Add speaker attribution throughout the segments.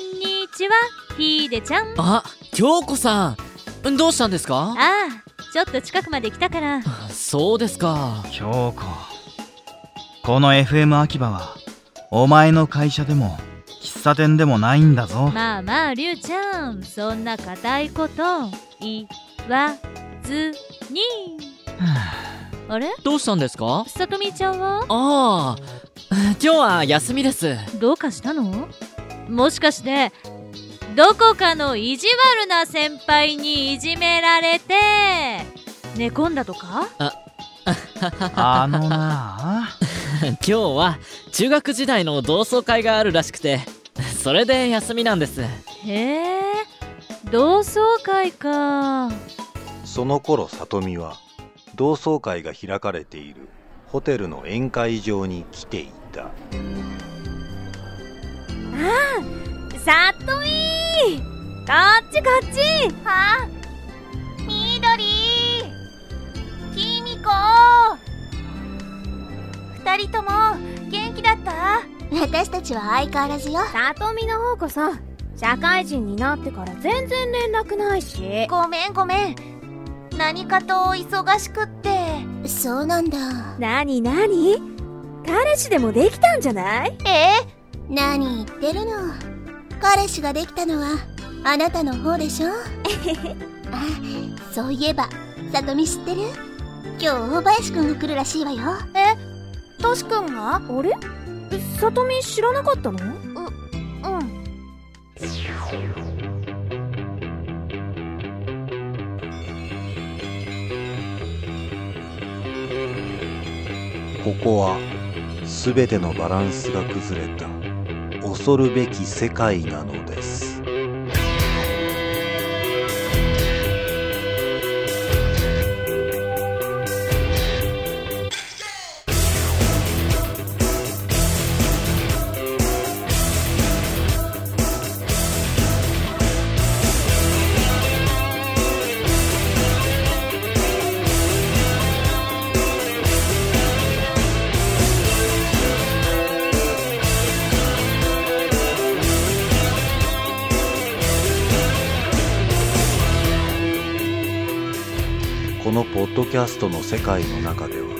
Speaker 1: はヒデちゃんあ
Speaker 2: あ、京子さん。どうしたんですか
Speaker 1: あちょっと近くまで来たから
Speaker 2: そうですか。
Speaker 3: 京子この FM 秋葉はお前の会社でも喫茶店でもないん だぞ
Speaker 1: まあまありゅうちゃんそんな固いこと言わずにあれ
Speaker 2: どうしたんですか
Speaker 1: さとみちゃんは
Speaker 2: ああ、今日は休みです。
Speaker 1: どうかしたのもしかしてどこかの意地悪な先輩にいじめられて寝込んだとか
Speaker 3: あのなあ
Speaker 2: 今日は中学時代の同窓会があるらしくて、それで休みなんです。
Speaker 1: へえ同窓会か
Speaker 4: その頃里美は同窓会が開かれているホテルの宴会場に来ていた
Speaker 5: さっといこっちこっちはみどりきみこ二人とも元気だった私たちは相変わらずよ
Speaker 6: さとみの方こそ社会人になってから全然連絡ないし
Speaker 5: ごめんごめん何かと忙しくってそうなんだ
Speaker 6: なになに彼氏でもできたんじゃない
Speaker 5: え何言ってるの彼氏ができたのはあなたの方でし ょあそういえばさとみ知ってる今日大林くんが来るらしいわよえとしくんが
Speaker 6: あれさとみ知らなかったの
Speaker 5: うん
Speaker 4: ここは全てのバランスが崩れた恐るべき世界なのですこのポッドキャストの世界の中では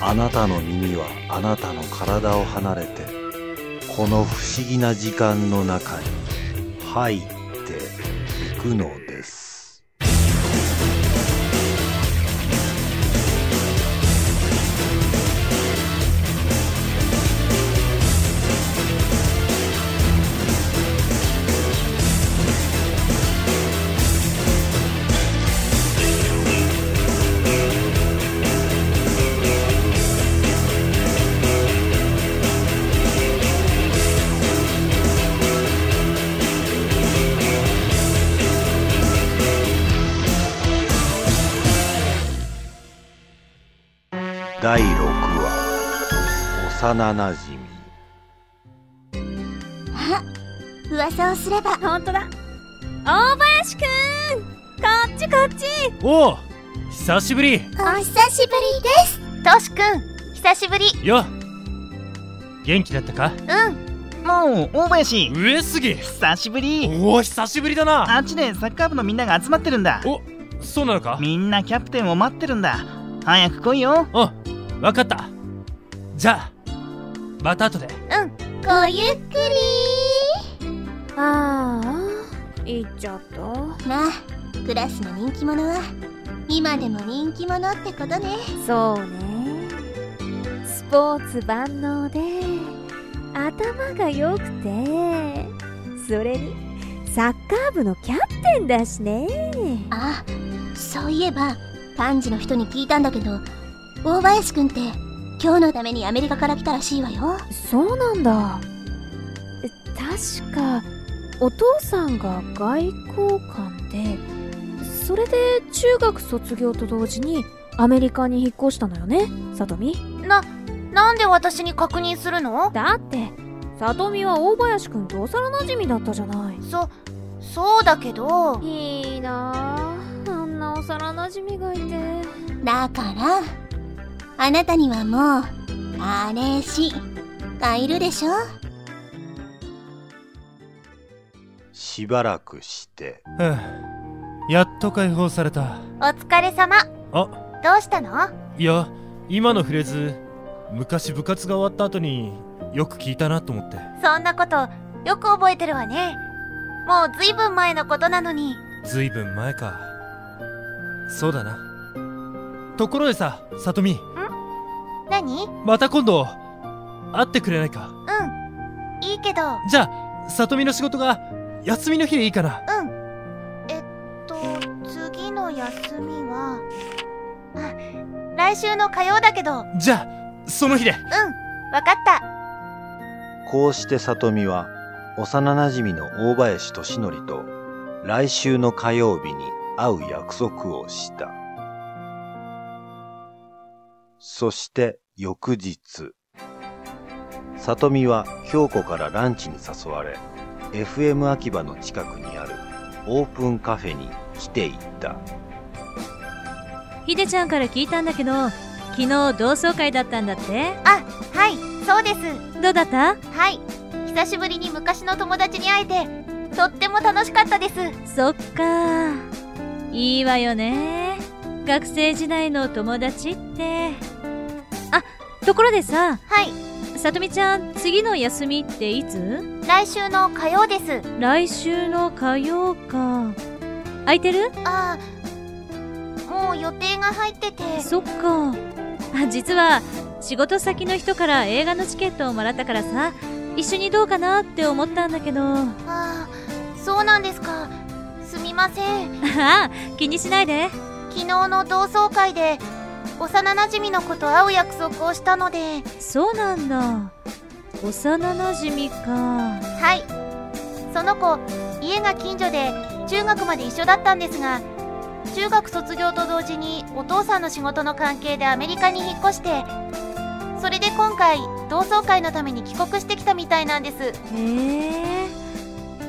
Speaker 4: あなたの耳はあなたの体を離れてこの不思議な時間の中に入っていくのです第6話幼なじみ
Speaker 5: 噂をすれば
Speaker 6: 本当だ大林くんこっちこっち
Speaker 7: おお久しぶり
Speaker 5: お久しぶりですとしくん久しぶり
Speaker 7: よ元気だったか
Speaker 5: うん
Speaker 8: もう大林
Speaker 7: 上杉
Speaker 8: 久しぶり
Speaker 7: おお久しぶりだな
Speaker 8: あっちでサッカー部のみんなが集まってるんだ
Speaker 7: おそうなのか
Speaker 8: みんなキャプテンを待ってるんだ早く来いよ
Speaker 7: うんわかったじゃあまた後で
Speaker 5: ごゆっく
Speaker 6: ああ行っちゃった
Speaker 5: りまあクラスの人気者は今でも人気者ってことね
Speaker 6: そうねスポーツ万能で頭が良くてそれにサッカー部のキャプテンだしね
Speaker 5: あそういえば幹事の人に聞いたんだけど大林くんって今日のためにアメリカから来たらしいわよ
Speaker 6: そうなんだえ確かお父さんが外交官でそれで中学卒業と同時にアメリカに引っ越したのよねさとみ
Speaker 5: なんで私に確認するの
Speaker 6: だってさとみは大林くんと幼なじみだったじゃない
Speaker 5: そそうだけど
Speaker 6: いいなああんな幼なじみがいて
Speaker 5: だからあなたにはもう彼氏がいるでしょ
Speaker 4: しばらくして
Speaker 7: うんやっと解放された
Speaker 9: お疲れ様
Speaker 7: あ
Speaker 9: どうしたの
Speaker 7: いや今のフレーズ昔部活が終わった後によく聞いたなと思って
Speaker 9: そんなことよく覚えてるわねもうずいぶん前のことなのに
Speaker 7: ずいぶん前かそうだなところでささとみ
Speaker 9: 何うん
Speaker 7: また今度会ってくれないか
Speaker 9: いいけど
Speaker 7: じゃあさとみの仕事が休みの日でいいかな
Speaker 9: うんえっと次の休みはあ来週の火曜だけどうん
Speaker 7: じゃあその日で
Speaker 9: わかった
Speaker 4: こうして里美は幼馴染の大林利則と来週の火曜日に会う約束をしたそして翌日里美は京子からランチに誘われ FM 秋葉の近くにあるオープンカフェに来ていった
Speaker 1: ひでちゃんから聞いたんだけど昨日同窓会だったんだって
Speaker 9: はいそうです
Speaker 1: どうだった
Speaker 9: はい久しぶりに昔の友達に会えてとっても楽しかったです
Speaker 1: そっかいいわよね学生時代の友達ってあところでさ
Speaker 9: はい
Speaker 1: さとみちゃん次の休みっていつ
Speaker 9: 来週の火曜です
Speaker 1: 来週の火曜か空いてる
Speaker 9: ああもう予定が入ってて
Speaker 1: そっかあ実は仕事先の人から映画のチケットをもらったからさ一緒にどうかなって思ったんだけどあ
Speaker 9: ああそうなんですかすみません
Speaker 1: あ気にしないで
Speaker 9: 昨日の同窓会で幼なじみの子と会う約束をしたので
Speaker 1: そうなんだ幼なじみか
Speaker 9: はいその子家が近所で中学まで一緒だったんですが中学卒業と同時にお父さんの仕事の関係でアメリカに引っ越してそれで今回同窓会のために帰国してきたみたいなんです
Speaker 1: へえ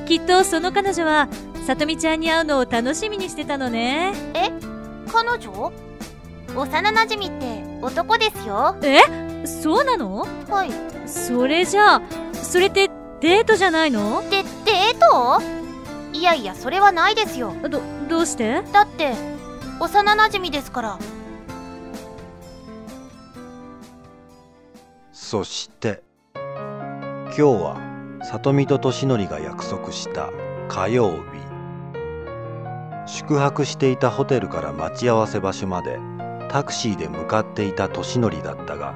Speaker 1: きっとその彼女はさとみちゃんに会うのを楽しみにしてたのね
Speaker 9: 彼女幼なじみって男ですよ
Speaker 1: そうなの
Speaker 9: はい
Speaker 1: それじゃあそれってデートじゃないの
Speaker 9: でデートいやいやそれはないですよ
Speaker 1: どどうして
Speaker 9: だって幼なじみですから
Speaker 4: そして今日は里美と敏則が約束した火曜日宿泊していたホテルから待ち合わせ場所までタクシーで向かっていた敏則だったが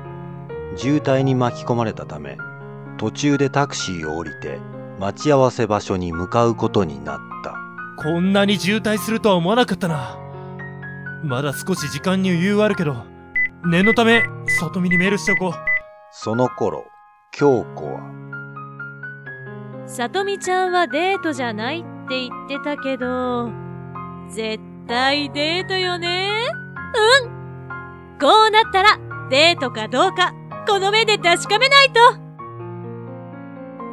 Speaker 4: 渋滞に巻き込まれたため途中でタクシーを降りて待ち合わせ場所に向かうことになった
Speaker 7: こんなに渋滞するとは思わなかったなまだ少し時間に余裕はあるけど念のためさとみにメールしておこう
Speaker 4: その頃京子は
Speaker 1: さとみちゃんはデートじゃないって言ってたけど絶対デートよねうんこうなったらデートかどうかこの目で確かめないと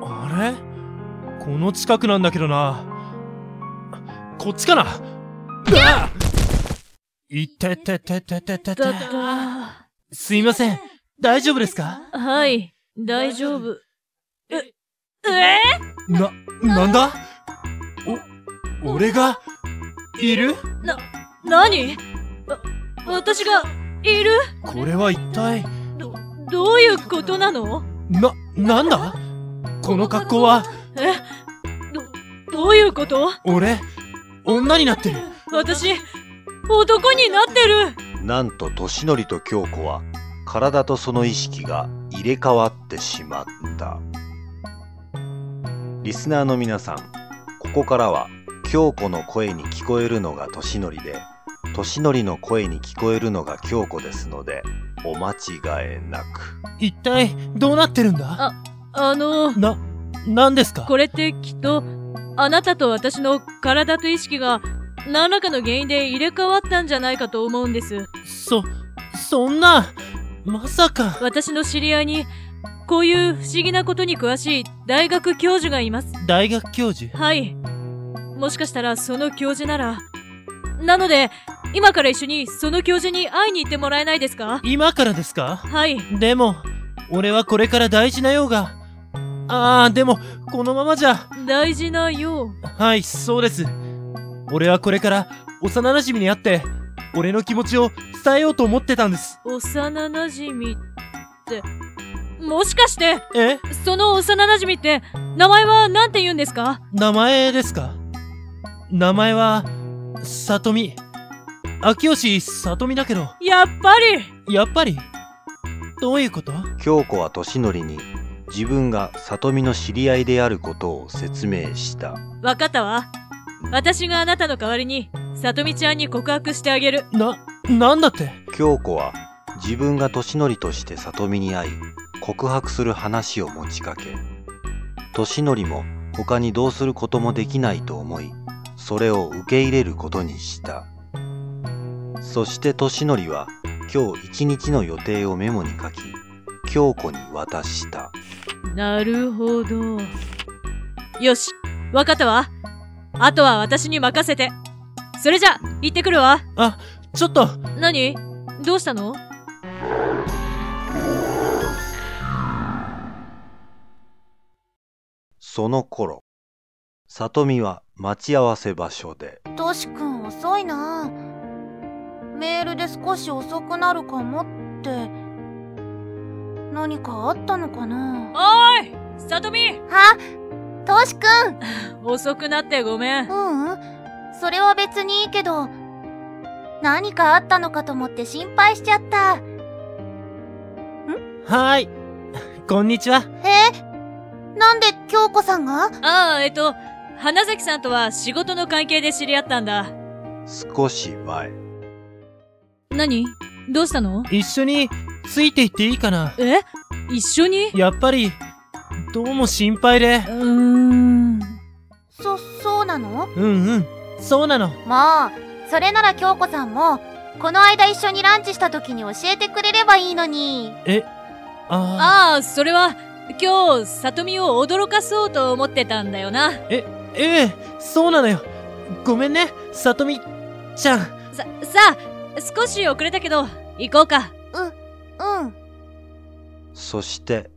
Speaker 7: あれこの近くなんだけどなこっちかなうわっいてててててててすいません大丈夫ですか
Speaker 1: はい大丈夫ええ
Speaker 7: な、なんだお、俺が、いる
Speaker 1: 何わ私がいる
Speaker 7: これは一体、
Speaker 1: どどういうことなの
Speaker 7: な、なんだこの格好は、
Speaker 1: えどどういうこと
Speaker 7: 俺、女になってる。
Speaker 1: 私男になってる
Speaker 4: なんと敏則と京子は体とその意識が入れ替わってしまったリスナーの皆さんここからは京子の声に聞こえるのが敏則で敏則の声に聞こえるのが京子ですのでお間違えなく
Speaker 7: 一体、どうなってるんだ
Speaker 1: あの
Speaker 7: な、なんですか
Speaker 1: これってきっとあなたと私の体と意識が何らかの原因で入れ替わったんじゃないかと思うんです
Speaker 7: そ、そんな、まさか、
Speaker 1: 私の知り合いにこういう不思議なことに詳しい大学教授がいます
Speaker 7: 大学教授
Speaker 1: はい。もしかしたらその教授なら。なので、今から一緒にその教授に会いに行ってもらえないですか
Speaker 7: 今からですか
Speaker 1: はい。
Speaker 7: でも、俺はこれから大事な用があー、でも、このままじゃ。
Speaker 1: 大事なよ。
Speaker 7: はい、そうです。俺はこれから、幼馴染に会って、俺の気持ちを伝えようと思ってたんです。
Speaker 1: 幼馴染みって。もしかして、
Speaker 7: え
Speaker 1: その幼馴染みって、名前は何て言うんですか
Speaker 7: 名前ですか名前は、さとみ。秋吉さとみだけど、
Speaker 1: やっぱり
Speaker 7: やっぱり。どういうこと
Speaker 4: 京子は年則に自分が里美の知り合いであることを説明した
Speaker 1: わかったわ。私があなたの代わりに、さとみちゃんに告白してあげる。
Speaker 7: な、なんだって
Speaker 4: 京子は自分が年則として里美に会い告白する話を持ちかけ年則も他にどうすることもできないと思いそれを受け入れることにしたそして年則は今日一日の予定をメモに書き京子に渡した
Speaker 1: なるほど。よし、わかったわ。あとは私に任せて。それじゃ、行ってくるわ。
Speaker 7: ちょっと、
Speaker 1: 何どうしたの
Speaker 4: その頃、里美は待ち合わせ場所で、
Speaker 9: トシ君遅いなメールで少し遅くなるかもって何かあったのかな
Speaker 1: おーいさとみ
Speaker 9: あトシ君
Speaker 1: 遅くなってごめん。
Speaker 9: ううん、それは別にいいけど、何かあったのかと思って心配しちゃった。
Speaker 7: はーい。こんにちは。
Speaker 9: なんで京子さんが
Speaker 1: ああ、えっと、花崎さんとは仕事の関係で知り合ったんだ。
Speaker 4: 少し前、
Speaker 1: 何どうしたの
Speaker 7: 一緒についていっていいかな
Speaker 1: え一緒に
Speaker 7: やっぱり、どうも心配で
Speaker 1: う。ーん。
Speaker 9: そ、そうなの
Speaker 7: うんうん。そうなの。
Speaker 9: まあ、それなら京子さんも、この間一緒にランチした時に教えてくれればいいのに。
Speaker 1: あ
Speaker 7: あ
Speaker 1: あ、それは、今日、さとみを驚かそうと思ってたんだよな。
Speaker 7: あ、ええ、そうなのよ。ごめんね、さとみちゃん。
Speaker 1: さ、さあ、少し遅れたけど、行こうか。
Speaker 9: うん。
Speaker 4: そして、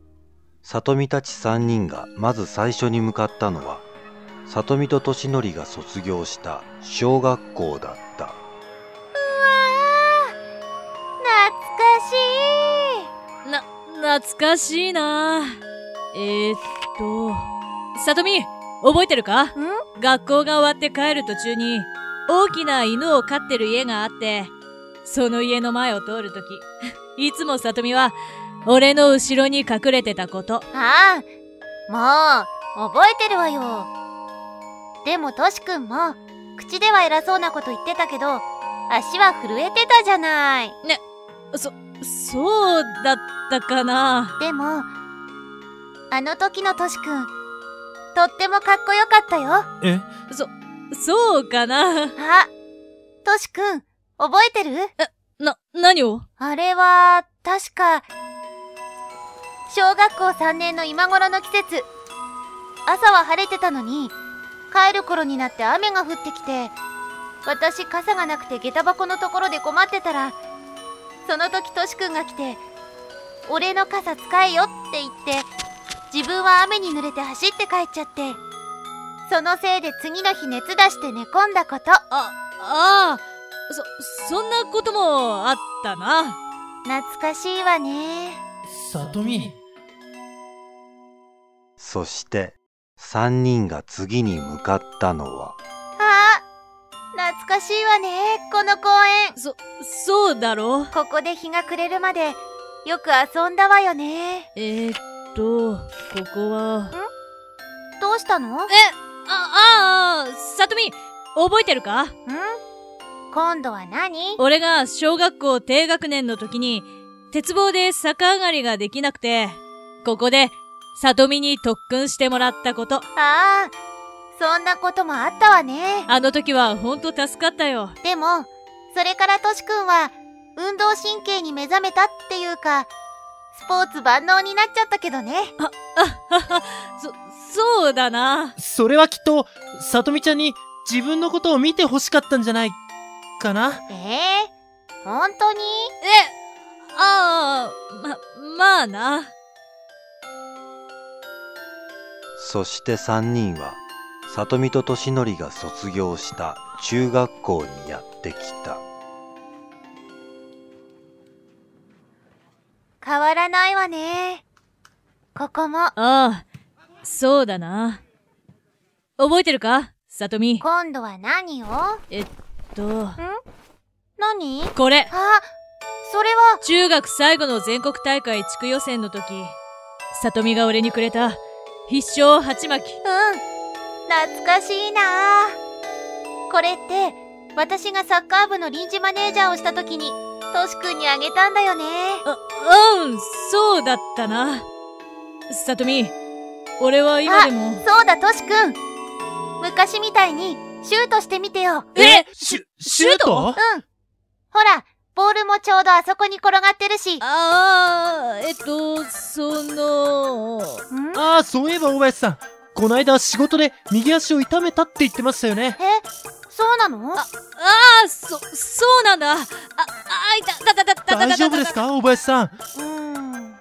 Speaker 4: 里美たち三人がまず最初に向かったのは、里美と敏則が卒業した小学校だった。
Speaker 9: 懐かしい。
Speaker 1: な、懐かしいなえー、っと、さとみ、覚えてるか学校が終わって帰る途中に、大きな犬を飼ってる家があって、その家の前を通ると き、いつもさとみは、俺の後ろに隠れてたこと。
Speaker 9: ああ、もう、覚えてるわよ。でも、としくんも、口では偉そうなこと言ってたけど、足は震えてたじゃない。
Speaker 1: そうだったかな
Speaker 9: でも、あの時のとしくん、とってもかっこよかったよ。あ、
Speaker 7: え、
Speaker 1: そうかな
Speaker 9: としくん、覚えてる
Speaker 1: な、何を
Speaker 9: あれは、確か、小学校3年の今頃の季節。朝は晴れてたのに、帰る頃になって雨が降ってきて、私傘がなくて下駄箱のところで困ってたら、その時としくんが来て、俺の傘使えよって言って、自分は雨に濡れて走って帰っちゃって、そのせいで次の日熱出して寝込んだこと。
Speaker 1: ああ、そ、そんなこともあったな。
Speaker 9: 懐かしいわね。
Speaker 7: さとみ。
Speaker 4: そして、三人が次に向かったのは、
Speaker 9: あ懐かしいわねこの公園
Speaker 1: そ、そうだろう
Speaker 9: ここで日が暮れるまでよく遊んだわよね
Speaker 1: えー、っと、ここは。
Speaker 9: どうしたのん
Speaker 1: あ、ああ、さとみ、覚えてるか
Speaker 9: 今度は何
Speaker 1: 俺が小学校低学年の時に、鉄棒で逆上がりができなくて、ここで、さとみに特訓してもらったこと。
Speaker 9: ああそんなこともあったわね
Speaker 1: あの時はほんと助かったよ。
Speaker 9: でもそれからとしくんは運動神経に目覚めたっていうかスポーツ万能になっちゃったけどね
Speaker 1: あはは、そ、そうだな。
Speaker 7: それはきっと、さとみちゃんに自分のことを見て欲しかったんじゃないかな
Speaker 9: ええ本当に
Speaker 1: え、ああ、ま、まあな。
Speaker 4: そして3人は里見と敏則が卒業した中学校にやってきた
Speaker 9: 変わらないわね。ここも、
Speaker 1: ああ、そうだな。覚えてるかさとみ。
Speaker 9: 今度は何を
Speaker 1: えっと、
Speaker 9: 何あ、
Speaker 1: これ、
Speaker 9: それは、
Speaker 1: 中学最後の全国大会地区予選の時、さとみが俺にくれた必勝鉢巻き。
Speaker 9: うん。懐かしいなこれって、私がサッカー部の臨時マネージャーをした時に、トシ君にあげたんだよね。
Speaker 1: あ、うん、そうだったな。さとみ、俺は今でも。
Speaker 9: そうだ、トシ君。昔みたいに、シュートしてみてよ。
Speaker 1: え
Speaker 7: シュ、シュート
Speaker 9: ほら、ボールもちょうどあそこに転がってるし。ん
Speaker 1: ああ、えっと、その、
Speaker 7: ああ、そういえば大林さん、こないだ仕事で右足を痛めたって言ってましたよね。
Speaker 9: え、そうなの
Speaker 1: あ、そ、そうなんだ。あ、あ、いた、たたたたたた
Speaker 7: 大丈夫ですか大林さん。
Speaker 9: うん。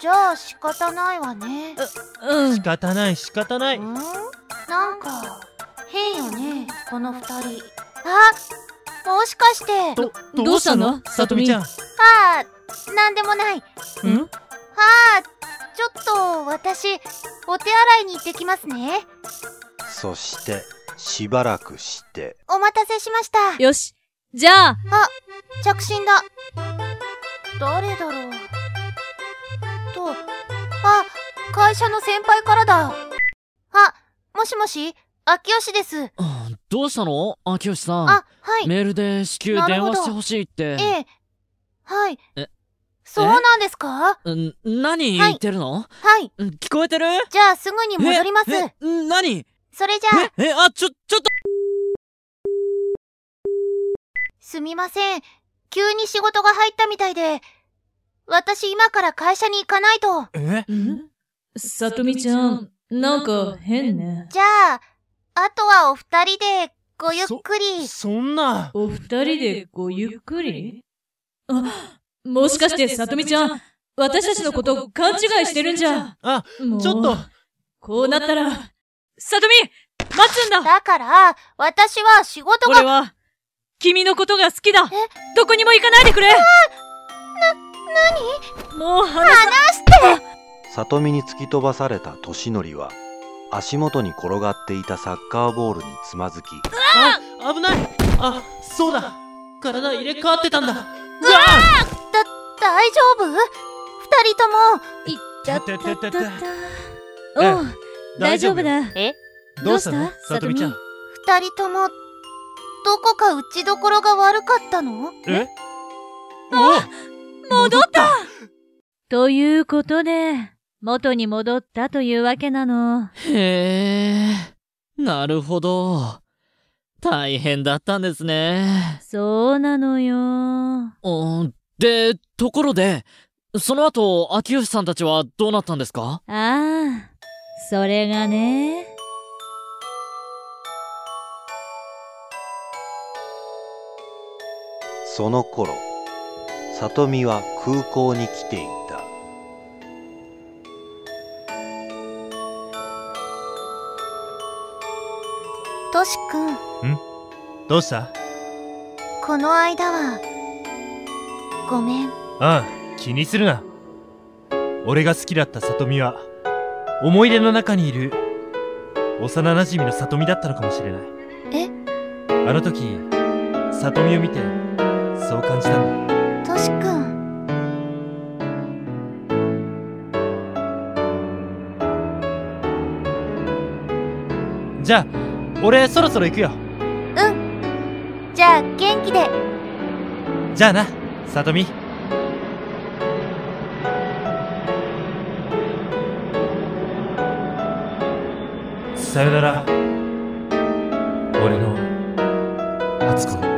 Speaker 9: じゃあ仕方ないわね。
Speaker 1: うん
Speaker 7: 仕。方ない、仕方ない。
Speaker 9: んなんか、変よね、この二人。あもしかして、
Speaker 7: ど、
Speaker 1: どうしたの
Speaker 7: さとみちゃん。
Speaker 9: ああ、なんでもない。
Speaker 7: ん
Speaker 9: ああ、ちょっと私、お手洗いに行ってきますね。
Speaker 4: そしてしばらくして
Speaker 9: お待たせしました。
Speaker 1: よし。じゃあ、
Speaker 9: 着信だ。誰だろう。と、あ、会社の先輩からだ。あ、もしもし、秋吉です。
Speaker 2: うんどうしたの秋吉さん。
Speaker 9: あ、はい。
Speaker 2: メールで至急
Speaker 9: なる
Speaker 2: 電
Speaker 9: ほど
Speaker 2: 話してほしいって。
Speaker 9: ええ。はい
Speaker 2: え。
Speaker 9: そうなんですか
Speaker 2: うん何
Speaker 9: はい
Speaker 2: 言ってるの、
Speaker 9: はい。
Speaker 2: うん聞こえてる
Speaker 9: じゃあすぐに戻ります。
Speaker 2: ええん何
Speaker 9: それじゃあ、
Speaker 2: ええあ、ちょ、ちょっと
Speaker 9: すみません。急に仕事が入ったみたいで。私今から会社に行かないと。
Speaker 7: え
Speaker 1: さとみちゃん、なんか変ね。
Speaker 9: じゃあ、あとはお二人で、ごゆっくり。
Speaker 7: そんな。
Speaker 1: お二人でごゆっくりあ、もしかしてさとみちゃん、私たちのこと勘違いしてるんじゃ。
Speaker 7: あ、
Speaker 1: もう
Speaker 7: ちょっと。。
Speaker 1: こうなったら、さとみ待つんだ
Speaker 9: だから、私は仕事が、
Speaker 1: 俺
Speaker 9: な、
Speaker 1: は、君のことが好きだどこにも行かないでくれな、なにもう話さ
Speaker 4: 里見に突き飛ばされた敏則は足元に転がっていたサッカーボールにつまずき
Speaker 7: あ、危ない。あ、そうだ。体入れ替わってたんだ。うわ
Speaker 9: 大丈夫二人とも、
Speaker 1: い
Speaker 7: たたたたた
Speaker 1: おう、大丈夫
Speaker 7: よ。
Speaker 1: だ。
Speaker 7: どうした
Speaker 1: どう
Speaker 7: の
Speaker 1: した
Speaker 7: さとみちゃん
Speaker 1: さ。
Speaker 9: 二人とも、どこか打ちどころが悪かったの
Speaker 7: えお戻った
Speaker 1: ということで、元に戻ったというわけなの。
Speaker 2: へえ、なるほど。大変だったんですね。
Speaker 1: そうなのよ。
Speaker 2: うん、で、ところで、その後、秋吉さんたちはどうなったんですか
Speaker 1: ああ、それがね。
Speaker 4: その頃里美は空港に来ていた
Speaker 9: トシ君、
Speaker 7: どうした
Speaker 9: この間は、ごめん。
Speaker 7: ああ、気にするな。俺が好きだったさとみは、思い出の中にいる、幼馴染のさとみだったのかもしれない。
Speaker 9: え
Speaker 7: あの時、さとみを見て、そう感じたんだ。
Speaker 9: トシ君、
Speaker 7: じゃあ、俺そろそろ行くよ。
Speaker 9: じゃあ元気で。
Speaker 7: じゃあな、さとみ。さよなら、俺の、初子。